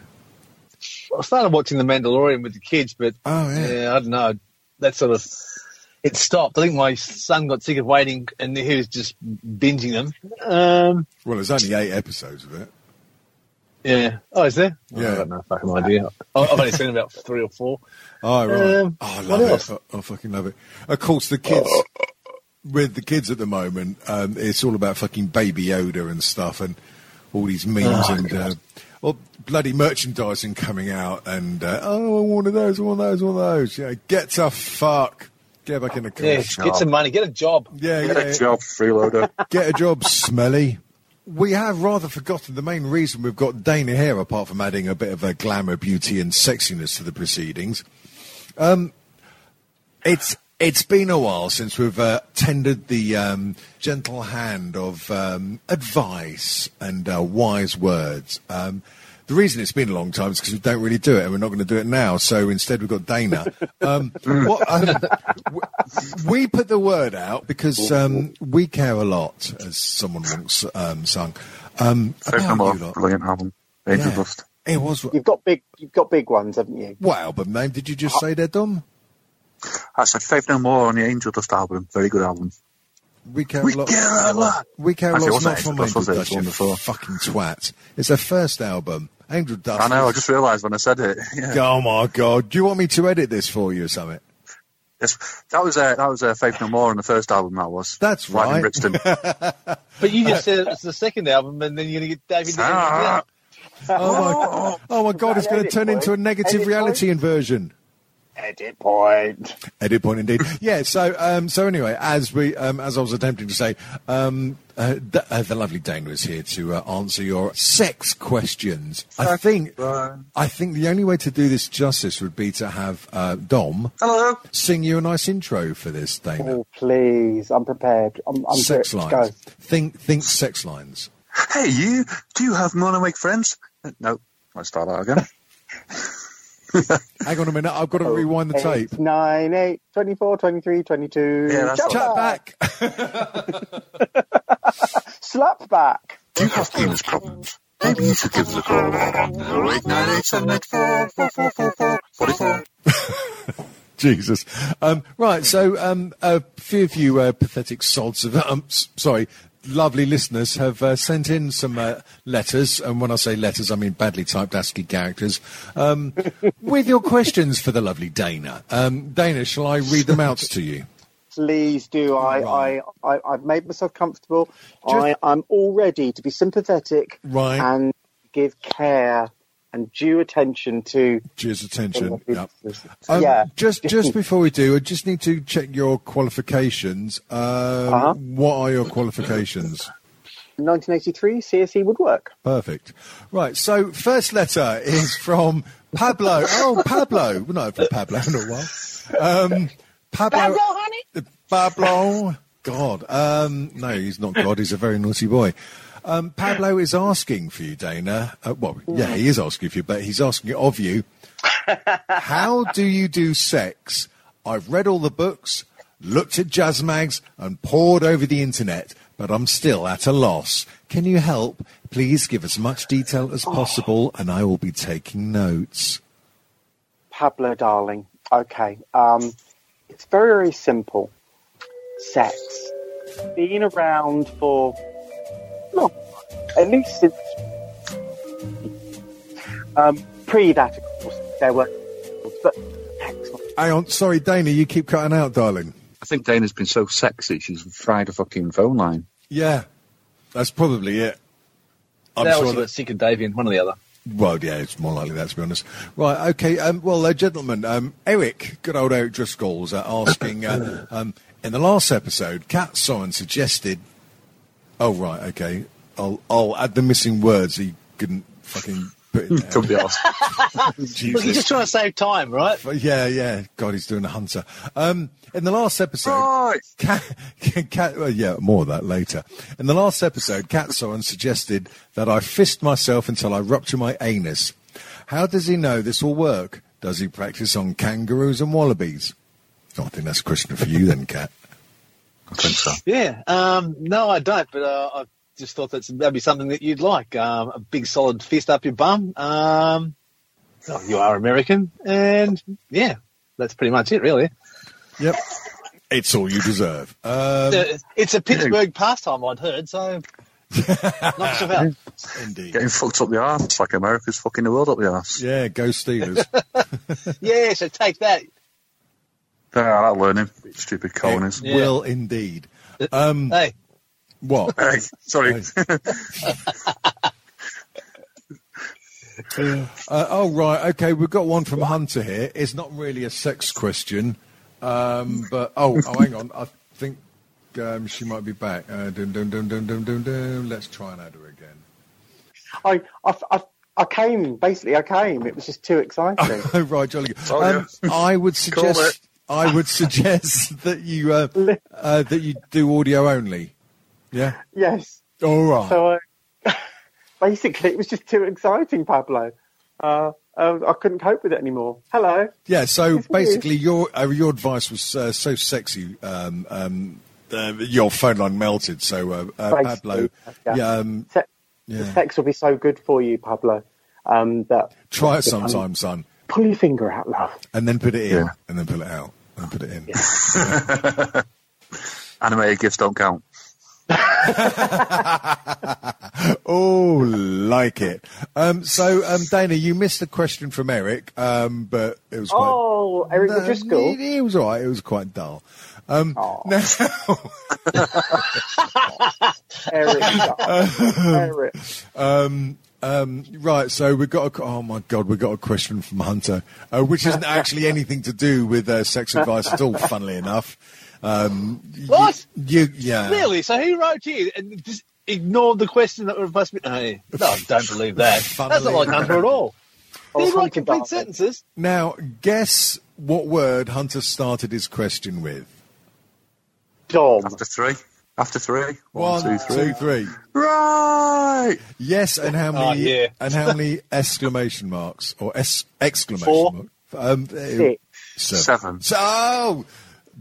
I started watching The Mandalorian with the kids, but Oh, yeah. yeah. I don't know. That sort of it stopped. I think my son got sick of waiting, and he was just binging them. Um, Well, there's only eight episodes of it. yeah. Oh, is there? Yeah. I got no fucking idea. I- I've only seen about three or four. Oh, right. Um, oh, I what love it. else? I, I fucking love it. Of course, the kids, with the kids at the moment, um, it's all about fucking Baby Yoda and stuff and all these memes Oh, and uh, well, bloody merchandising coming out and, uh, oh, I want one of those, I want those, I want those. Yeah, get to fuck. Get back in the car. Yeah, get some money, get a job. Yeah, Get yeah, a [LAUGHS] job, freeloader. get a job, smelly. We have rather forgotten the main reason we've got Dana here, apart from adding a bit of a glamour, beauty, and sexiness to the proceedings. Um, it's it's been a while since we've uh, tendered the um, gentle hand of um, advice and uh, wise words. Um, the reason it's been a long time is because we don't really do it, and we're not going to do it now. So instead, we've got Dana. Um, what, um, we put the word out because um, we care a lot, as someone once um, sung. Um, Faith No about More, you lot. brilliant album. Angel Yeah. Dust. It was. You've got big, you've got big ones, haven't you? What album name did you just say there, Dom? I said Faith No More on the Angel Dust album. Very good album. We care We a lot. care a lot. We care a Actually, lot. wasn't Not it? from That's Angel what it was Dust. You before. fucking twat. It's their first album. Angel Dust. I know. I is- just realised when I said it. [LAUGHS] Yeah. Oh my god! Do you want me to edit this for you, or something? It's- that was uh, that was uh, Faith No More on the first album. That was. That's Riding right. [LAUGHS] Brixton. But you just said it's the second album, and then you're going to get David. Ah. Oh my god! Oh my god! It's going to Edit turn point. into a negative Edit reality inversion. Edit point. Edit point indeed. Yeah. So um, so anyway, as we um, as I was attempting to say, um, uh, D- uh, the lovely Dana is here to uh, answer your sex questions. I think I think the only way to do this justice would be to have uh, Dom Hello. sing you a nice intro for this, Dana. Oh please, I'm prepared. I'm, I'm sex good. lines. Go. Think think sex lines. Hey, you. Do you have Monomake friends? Uh, No. Let's start [LAUGHS] that again. Hang on a minute. I've got to Oh, rewind the tape. Eight, nine, eight, 24, 23, 22. Yeah, that's Jump all Chat back. [LAUGHS] Slap back. Do [LAUGHS] you have penis problems? Maybe you should give us a call. 0898784444444. Jesus. Um, right, so um, a few of you uh, pathetic sods of, um, s- sorry, lovely listeners have uh, sent in some uh, letters, and when I say letters, I mean badly typed ASCII characters, [LAUGHS] um, with your questions for the lovely Dana. Um, Dana, shall I read them out to you? Please do. I, Right. I, I, I've made myself comfortable. I, Just- I'm all ready to be sympathetic Right. and give care and due attention to. Cheers, attention. Yep. Um, Yeah. Just just before we do, I just need to check your qualifications. Um, Uh-huh. What are your qualifications? 1983 CSE would work. Perfect. Right. So first letter is from Pablo. Oh, Pablo. We've not heard from Pablo [LAUGHS] in a while. Um, Pablo. Pablo, honey. Pablo. God. Um, no, he's not God. He's a very naughty boy. Um, Pablo is asking for you, Dana. Uh, well, yeah, he is asking for you, but he's asking it of you. How do you do sex? I've read all the books, looked at jazz mags, and pored over the internet, but I'm still at a loss. Can you help? Please give as much detail as possible, and I will be taking notes. Pablo, darling. Okay. Um, it's very, very simple. Sex. Been around for long, at least since. Um, pre that, of course, there were. But sex. Hang on, sorry, Dana, you keep cutting out, darling. I think Dana's been so sexy she's fried a fucking phone line. Yeah, that's probably it. I'm now sure she got that. sick of Davian, one or the other. Well, yeah, it's more likely that, to be honest. Right, okay. Um, well, uh, gentlemen, um, Eric, good old Eric Driscoll, was uh, asking uh, um, in the last episode, Cat Soren suggested. Oh, right, okay. I'll, I'll add the missing words he couldn't fucking put [LAUGHS] in there. Could be asked. Look, [LAUGHS] he's Jesus. just trying to save time, right? But yeah, yeah. God, he's doing a hunter. Um, in the last episode, Right. Cat, [LAUGHS] Cat, well, yeah, more of that later. In the last episode, Cat Soren suggested that I fist myself until I rupture my anus. How does he know this will work? Does he practice on kangaroos and wallabies? Oh, I think that's a question for you then, Cat. I think so. Yeah. Um, no, I don't. But uh, I just thought that's that'd be something that you'd like. Um, a big solid fist up your bum. Um, oh, you are American, and yeah, that's pretty much it, really. Yep. It's all you deserve. Um, Uh, it's a Pittsburgh pastime, I'd [LAUGHS] heard. So. Knocks about. indeed. Getting fucked up the arse like America's fucking the world up the arse. Yeah, go Steelers. Yeah, so take that. Yeah, that'll learn him. Stupid colonies. Yeah. Will indeed. Hmm. Hey, What? Hey, sorry. [LAUGHS] Uh, oh right, okay. We've got one from Hunter here. It's not really a sex question, um, but oh, oh, hang on. I think um, she might be back. Uh, dun, dun, dun, dun, dun, dun, dun. Let's try and add her again. [LAUGHS] I, I, I, I came, basically, I came. It was just [LAUGHS] too exciting. Oh right, jolly. good. Oh, yeah. Um, I [LAUGHS] would it. suggest. I would [LAUGHS] suggest that you uh, uh, that you do audio only. Yeah. yes. All right. So I, [LAUGHS] basically, it was just too exciting, Pablo. Uh, uh, I couldn't cope with it anymore. Hello. Yeah, so basically, your uh, your advice was uh, so sexy. Um, um, uh, your phone line melted. So uh, uh, Pablo, Basically, yeah. yeah. um, Se- Yeah. The sex will be so good for you, Pablo. Um, that try it sometime, son, pull your finger out, love. and then put it in, Yeah. and then pull it out, and then put it in. Animated gifs don't count. Oh, like it. Um, so, um, Dana, you missed a question from Eric, um, but it was quite. Oh, Eric No, O'Driscoll. It, it was all right. It was quite dull. Um, [LAUGHS] now- [LAUGHS] Eric. Eric. Um, um, right, so we've got a, oh my god, we've got a question from Hunter, uh, which [LAUGHS] isn't actually anything to do with uh, sex advice at all, funnily enough. Um, y- What? You, yeah. Really? So he wrote to you and just ignored the question that was supposed to be. No, no, I don't believe that. That's not like Hunter at all. Oh, He wrote Hunter complete Darwin. sentences. Now, guess what word Hunter started his question with? Dom. After three. After three. One, One, two, three. two, three. Right. Yes, and how many? Ah, yeah. And how [LAUGHS] many exclamation marks or es- exclamation Four. mark? Um, Six. Seven. So oh,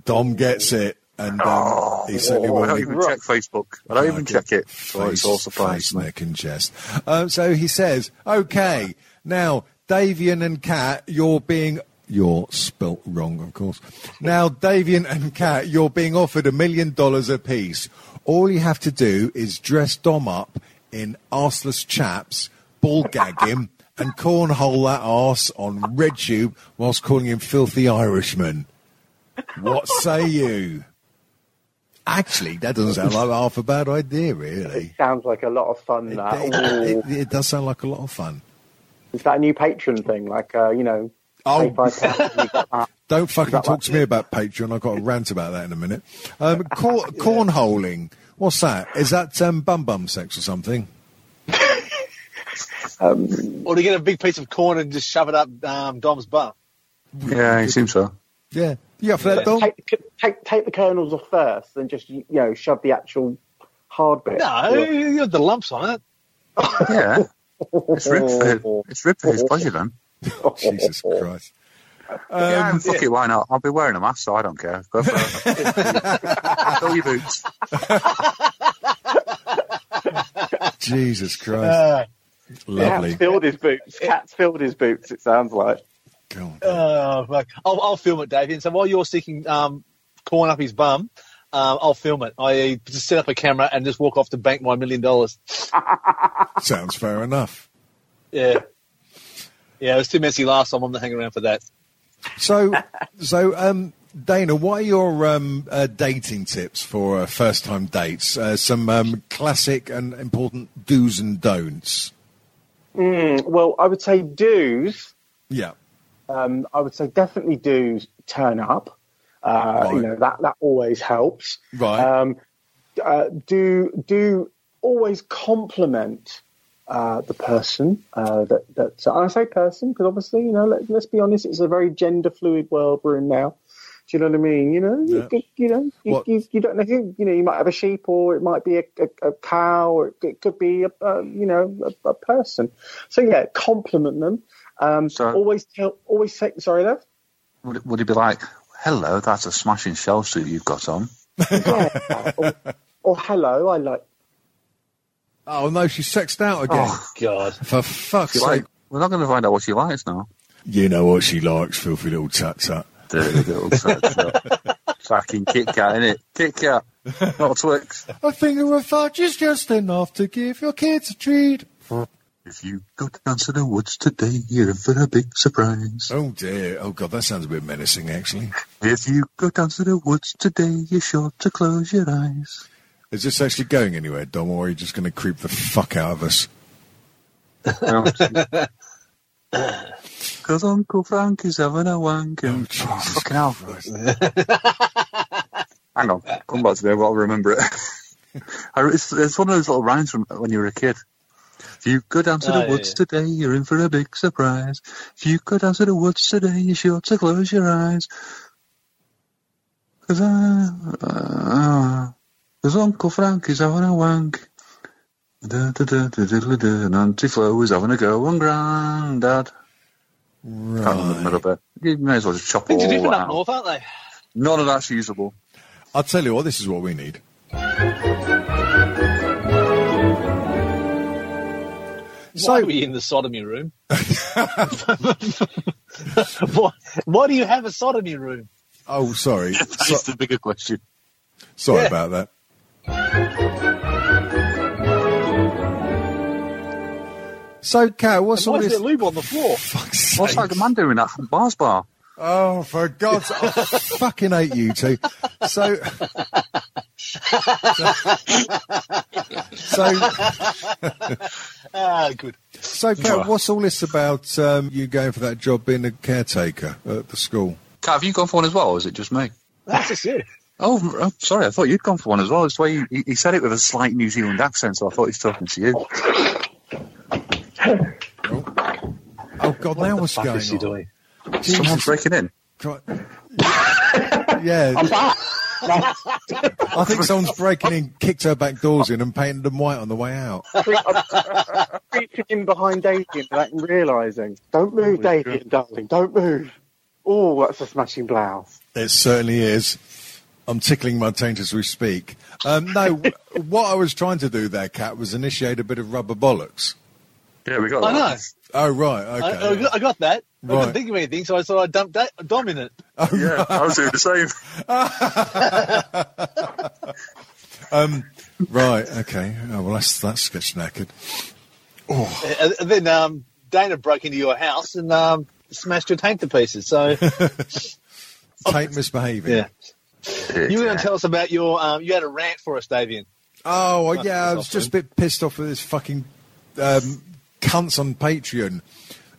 Dom gets it, and um, he certainly Oh, I won't. don't be- even check Facebook. I don't even Okay. check it. So Face- it's all surprise face me. neck and chest. Um, so he says, okay, now, Davian and Kat, you're being. You're spelt wrong, of course. Now, Davian and Kat, you're being offered a million dollars apiece. All you have to do is dress Dom up in arseless chaps, ball gag him, and cornhole that arse on RedTube whilst calling him filthy Irishman. What say you? Actually, that doesn't sound like half a bad idea, really. Sounds like a lot of fun. It, That it- Ooh. it- it does sound like a lot of fun. Is that a new patron thing? Like, uh, you know, Oh. £25, you [LAUGHS] got that. Don't fucking that talk what- to me about Patreon. I've got a rant about that in a minute. Um, cor- Cornholing. What's that? Is that um, bum bum sex or something? Or to get a big piece of corn and just shove it up um, Dom's butt. Yeah, it seems so. Yeah. Yeah, for that, Dom? [LAUGHS] Take, the c- take, take the kernels off first, then just, you know, shove the actual hard bit. No, you got the lumps on it. [LAUGHS] Yeah. Oh. It's ripped for, it's ripped for his pleasure then. [LAUGHS] Jesus Christ. Um, yeah, fuck it, why not? I'll be wearing a mask, so I don't care. Go for it. [LAUGHS] Fill your boots. Jesus Christ. Uh, Lovely. Cat's filled his boots. Cat's filled his boots, it sounds like. Go on. oh, fuck. I'll, I'll film it, Davian. So while you're sticking um, corn up his bum, um, I'll film it. I just set up a camera and just walk off to bank my million dollars. Sounds fair enough. Yeah. Yeah, it was too messy last time. I'm not hanging around for that. So, [LAUGHS] so um, Dana, what are your um, uh, dating tips for uh, first time dates? Uh, some um, classic and important do's and don'ts. Well, I would say do's. Yeah. Um, I would say definitely do's turn up. Uh, Right. You know, that, that always helps. Right. Um, uh, do do always compliment uh, the person uh, that that. So I say person because obviously you know let, let's be honest, it's a very gender fluid world we're in now. Do you know what I mean? You know, you, you, you know, you, What- you, you don't know who. You know, you might have a sheep, or it might be a, a, a cow, or it, it could be a, a you know a, a person. So yeah, compliment them. Um, So- always tell, always say sorry, love. Would it, would it be like, hello, that's a smashing shell suit you've got on? Yeah. or, or hello, I like Oh no, she's sexed out again. God. For fuck's She sake. like, we're not going to find out what she likes now. You know what she likes, filthy little tut tut. Dirty [LAUGHS] little slut. Fucking Kit Kat, innit? Kit Kat, not [LAUGHS] Twix. A finger of fudge is just enough to give your kids a treat. If you go down to the woods today, you're in for a big surprise. Oh dear. Oh god, that sounds a bit menacing actually. If you go down to the woods today, you're sure to close your eyes. Is this actually going anywhere, Dom, or are you just going to creep the fuck out of us? [LAUGHS] Because Uncle Frank is having a wank. Oh, And... Jesus fucking hell. Christ. Hang on, come back to me, I'll remember it. [LAUGHS] I- it's, it's one of those little rhymes from when you were a kid. If you go down to Oh, the yeah, woods yeah. today, you're in for a big surprise. If you go down to the woods today, you're sure to close your eyes. Because uh, Uncle Frank is having a wank. Da, da, da, da, da, da, da, and Auntie Flo is having a go on Grandad. Can't remember the Right. middle bit. You may as well just chop all Things are different up that out. north, aren't they? None of that's usable. I'll tell you what, this is what we need. why are we in the sodomy [LAUGHS] room? [LAUGHS] why, why do you have a sodomy room? Oh, sorry. So- That's the bigger question. Sorry Yeah. about that. So, Cal, what's Why all is this? there lube on the floor? Fuck's What's sake. that man doing that from Bars Bar? Oh, for God's [LAUGHS] I fucking hate you two. So, so, Ah, good. so, Kat, what's all this about um, you going for that job being a caretaker at the school? Kat, have you gone for one as well, or is it just me? That's just it. Oh, m- oh, sorry, I thought you'd gone for one as well. It's the way he, he- he said it with a slight New Zealand accent, so I thought he was talking to you. Oh God, now what's Fuck going is she on? doing? Someone's breaking in. Christ. yeah, I'm back. I think someone's breaking in, kicked her back doors in, and painted them white on the way out. creeping in behind Davian without realising. Don't move, Davian, darling. Don't move. Oh, that's a smashing blouse. It certainly is. I'm tickling my taint as we speak. Um, no, what I was trying to do there, Kat, was initiate a bit of rubber bollocks. Yeah, we got I know. that. Oh right, I, okay. I, got, I got that. I Right. couldn't think of anything, so I thought I'd dump that, Dom in it. [LAUGHS] Yeah, I was doing the [LAUGHS] same. Right, okay. Oh, well, that's that's sketch knackered. And, and then um, Dana broke into your house and um, smashed your tank to pieces. [LAUGHS] So, Tate misbehaving. yeah. You were going to tell us about your. Um, you had a rant for us, Davian. Oh, well, yeah, I that's eh? was off just a bit pissed off with this fucking um, cunts on Patreon.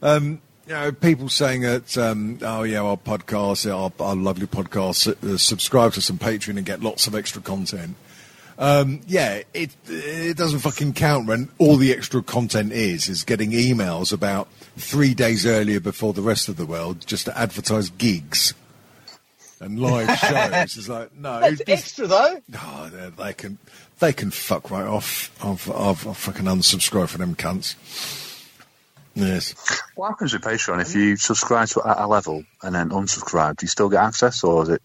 Um, you know, people saying that, um, oh, yeah, our podcast, our, our lovely podcast, uh, subscribe to us on Patreon and get lots of extra content. Um, yeah, it it doesn't fucking count when all the extra content is is getting emails about three days earlier before the rest of the world just to advertise gigs and [LAUGHS] live shows. It's like no, That's this- extra, though. Oh, they, they can, they can fuck right off. I've, I've, I've fucking unsubscribed for them cunts. Yes. What happens with Patreon if you subscribe to at a level and then unsubscribe? Do you still get access, or is it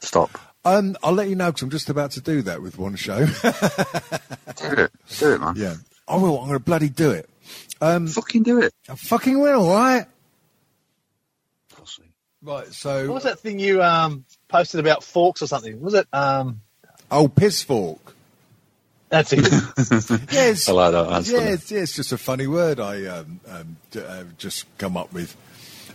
stop? Um, I'll let you know because I'm just about to do that with one show. [LAUGHS] Do it, do it, man. yeah. I will. I'm going to bloody do it. Fucking do it. I fucking will. All right. Right. What So, was that thing you um, posted about forks or something? Was it? Um, oh, piss fork. [LAUGHS] that's it. Yes. I like that. That's yeah, funny. it's, yeah, it's just a funny word I um, um, d- uh, just come up with.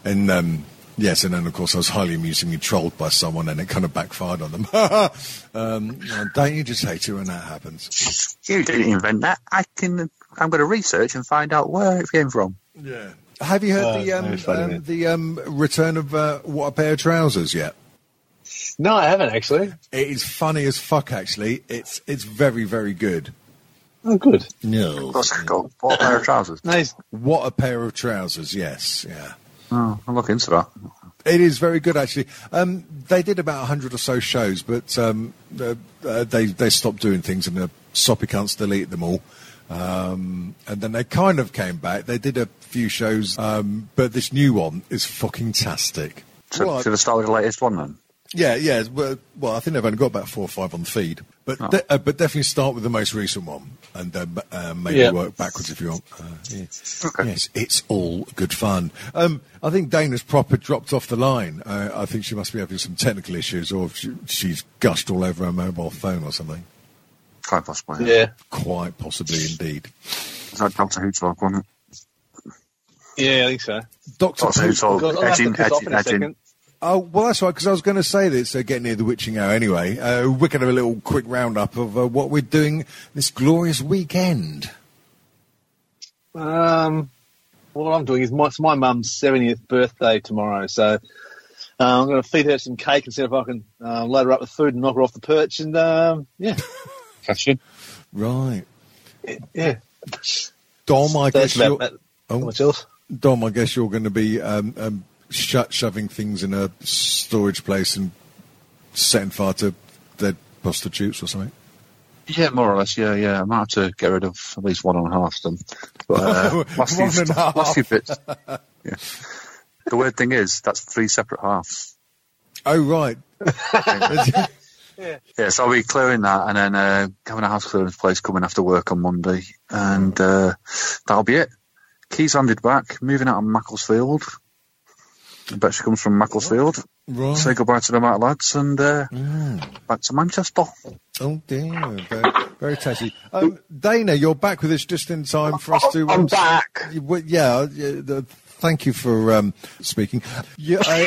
And um, yes, and then of course I was highly amusingly trolled by someone and it kind of backfired on them. [LAUGHS] um, now, don't you just hate it when that happens? You didn't invent that. I can. I'm going to research and find out where it came from. Yeah. Have you heard Oh, the um, very funny, um, man. the um, return of uh, What a Pair of Trousers yet? no, I haven't actually. It is funny as fuck, actually. It's it's very, very good. Oh, good. No. What's that called? What pair of trousers? No, he's- What a Pair of Trousers, yes, yeah. Oh, I'll look into that. It is very good, actually. Um, they did about hundred or so shows, but um, uh, uh, they they stopped doing things, and the soppy cunts deleted them all. Um, and then they kind of came back. They did a few shows, um, but this new one is fucking tastic. So, Well, I- should I start with the latest one then? yeah, yeah. Well, well, I think they've only got about four or five on the feed, but de- uh, but definitely start with the most recent one, and then uh, maybe Yeah. work backwards if you want. Uh, yeah. Yes, it's all good fun. Um, I think Dana's proper dropped off the line. Uh, I think she must be having some technical issues, or she, she's gushed all over her mobile phone or something. Quite possibly. yeah, Quite possibly, indeed. It's like Doctor Who talk, wasn't it? yeah, I think so. Doctor Doctor Who Who. talk. I'll have to Edging, piss off edging, in a edging. second. Oh well, that's right. Because I was going to say this uh, getting near the witching hour anyway. Uh, we're going to have a little quick roundup of uh, what we're doing this glorious weekend. Um, what I'm doing is my, it's my mum's 70th birthday tomorrow, so uh, I'm going to feed her some cake and see if I can uh, load her up with food and knock her off the perch. And um, yeah, Question. Right. [LAUGHS] yeah. Dom, I guess That's about you're, that. Oh. Not much else. Dom, I guess you're going to be um, um, sho- shoving things in a storage place and setting fire to dead prostitutes or something. Yeah, more or less. Yeah, yeah. I might have to get rid of at least one and a half of them. But, uh, last few- [LAUGHS] One and a half. Last few bits. Yeah. The weird thing is, that's three separate halves. [LAUGHS] Oh [LAUGHS] right. Yeah, so I'll be clearing that and then uh, having a house clearance place coming after work on Monday. And uh, that'll be it. Keys handed back, moving out of Macclesfield. I bet she comes from Macclesfield. Right. Say goodbye to them out, lads, and uh, back to Manchester. Oh dear, very, very tasty. Um, Dana, you're back with us just in time for us to. um, I'm back. You- well, Yeah, uh, yeah, the- thank you for um, speaking. You, [LAUGHS] uh,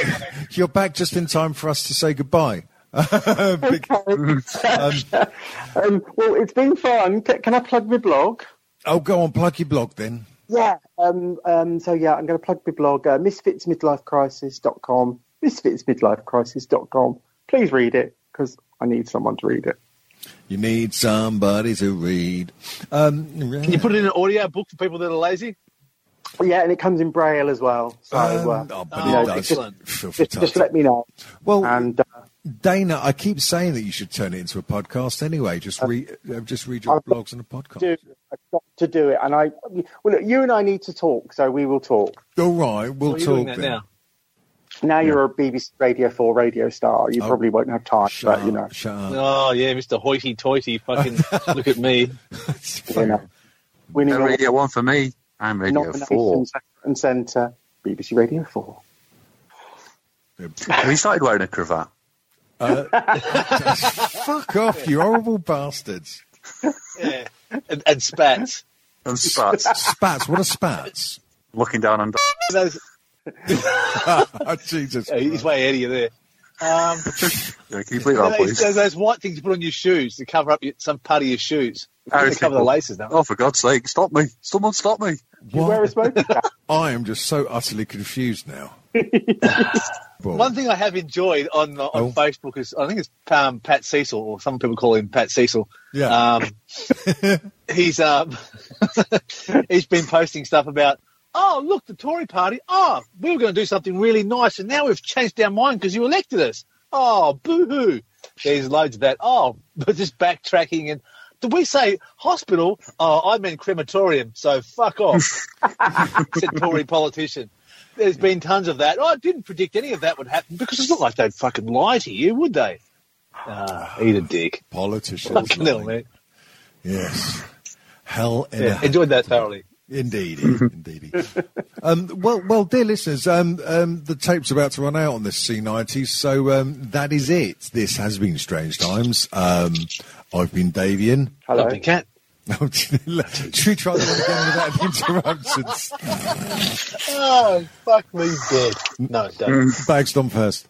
you're back just in time for us to say goodbye. [LAUGHS] Big- Um, well, it's been fun. C- Can I plug my blog? oh, go on, plug your blog then. Yeah. Um, um, so, yeah, I'm going to plug my blog, uh, misfitsmidlifecrisis.com, misfitsmidlifecrisis.com. Please read it because I need someone to read it. You need somebody to read. Um, Can you put it in an audio book for people that are lazy? But yeah, and it comes in Braille as well. So, Um, uh, oh, but you it know, does. just- Filthy just, just tart. let me know. Well, And uh, Dana, I keep saying that you should turn it into a podcast anyway. Just read, uh, just read your I've got blogs on a podcast. do, I've got to do it. And I, well, look, you and I need to talk, so we will talk. All right, we'll Well, you're talk doing that then. now. Now you're a BBC Radio 4 radio star. You Oh. probably won't have time, Shut but you know. up, shut up. Oh yeah, Mr. Hoity [LAUGHS] Toity, fucking look at me. You know winning Yeah, all Radio 1 for me. I'm Radio 4. nominations left and centre, BBC Radio 4. Have you started wearing a cravat? Fuck off, you horrible bastards. Yeah. And, and spats. And spats. Spats, what are spats? [LAUGHS] Looking down on... Those- Oh, Jesus. oh, he's way ahead of you there. Um, Yeah, can you bleep those, that, please? those, those white things you put on your shoes to cover up your, some part of your shoes. Harry They cover the Tickle. laces now. Oh, for God's sake, stop me. Someone stop me. You What? wear a [LAUGHS] smoking cap. I am just so utterly confused now. Well, One thing I have enjoyed on on Oh. Facebook is I think it's um, Pat Cecil, or some people call him Pat Cecil. yeah. Um, he's um, [LAUGHS] he's been posting stuff about. Oh, look, the Tory party. Oh, we were going to do something really nice, and now we've changed our mind because you elected us. Oh, boo hoo. There's loads of that. Oh, [LAUGHS] but just backtracking. And did we say hospital? Oh, I meant crematorium. So fuck off, [LAUGHS] said Tory politician. There's been tons of that. Oh, I didn't predict any of that would happen because it's not like they'd fucking lie to you, would they? Ah, eat a dick. Politicians. Fucking hell, lying. man. Yes. Hell in Yeah, a enjoyed that thoroughly. Indeed, indeed. um, well, well, dear listeners, um, um, the tape's about to run out on this C90, so um, that is it. This has been Strange Times. Um, I've been Davian. [LAUGHS] Hello. Jumping cat. Should we try that one again without [LAUGHS] interruptions? Oh, fuck me dead. No, don't. Bags done first.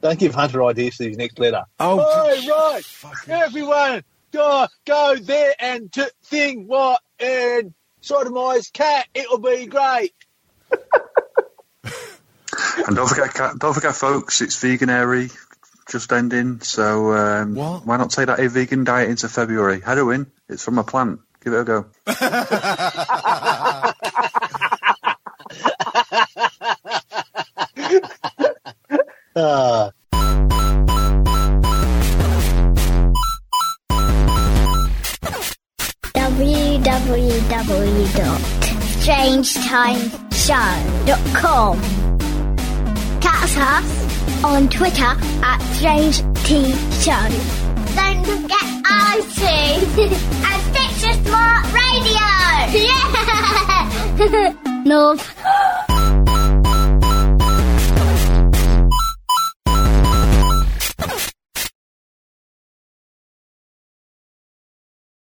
don't give Hunter ideas for his next letter. Oh, Oi, right. Everyone, go, go there and t- thing what and sodomise cat. It'll be great. And don't forget, ca- don't forget, folks, it's vegan airy just ending. So um, What? why not take that a vegan diet into February? Heroin, it's from a plant. Give it a go. Uh, www.strangetimeshow.com. Catch us on Twitter at Strange T Show. Don't forget [LAUGHS] iTunes and Stitcher Smart Radio. [LAUGHS] Yeah! [LAUGHS] Love.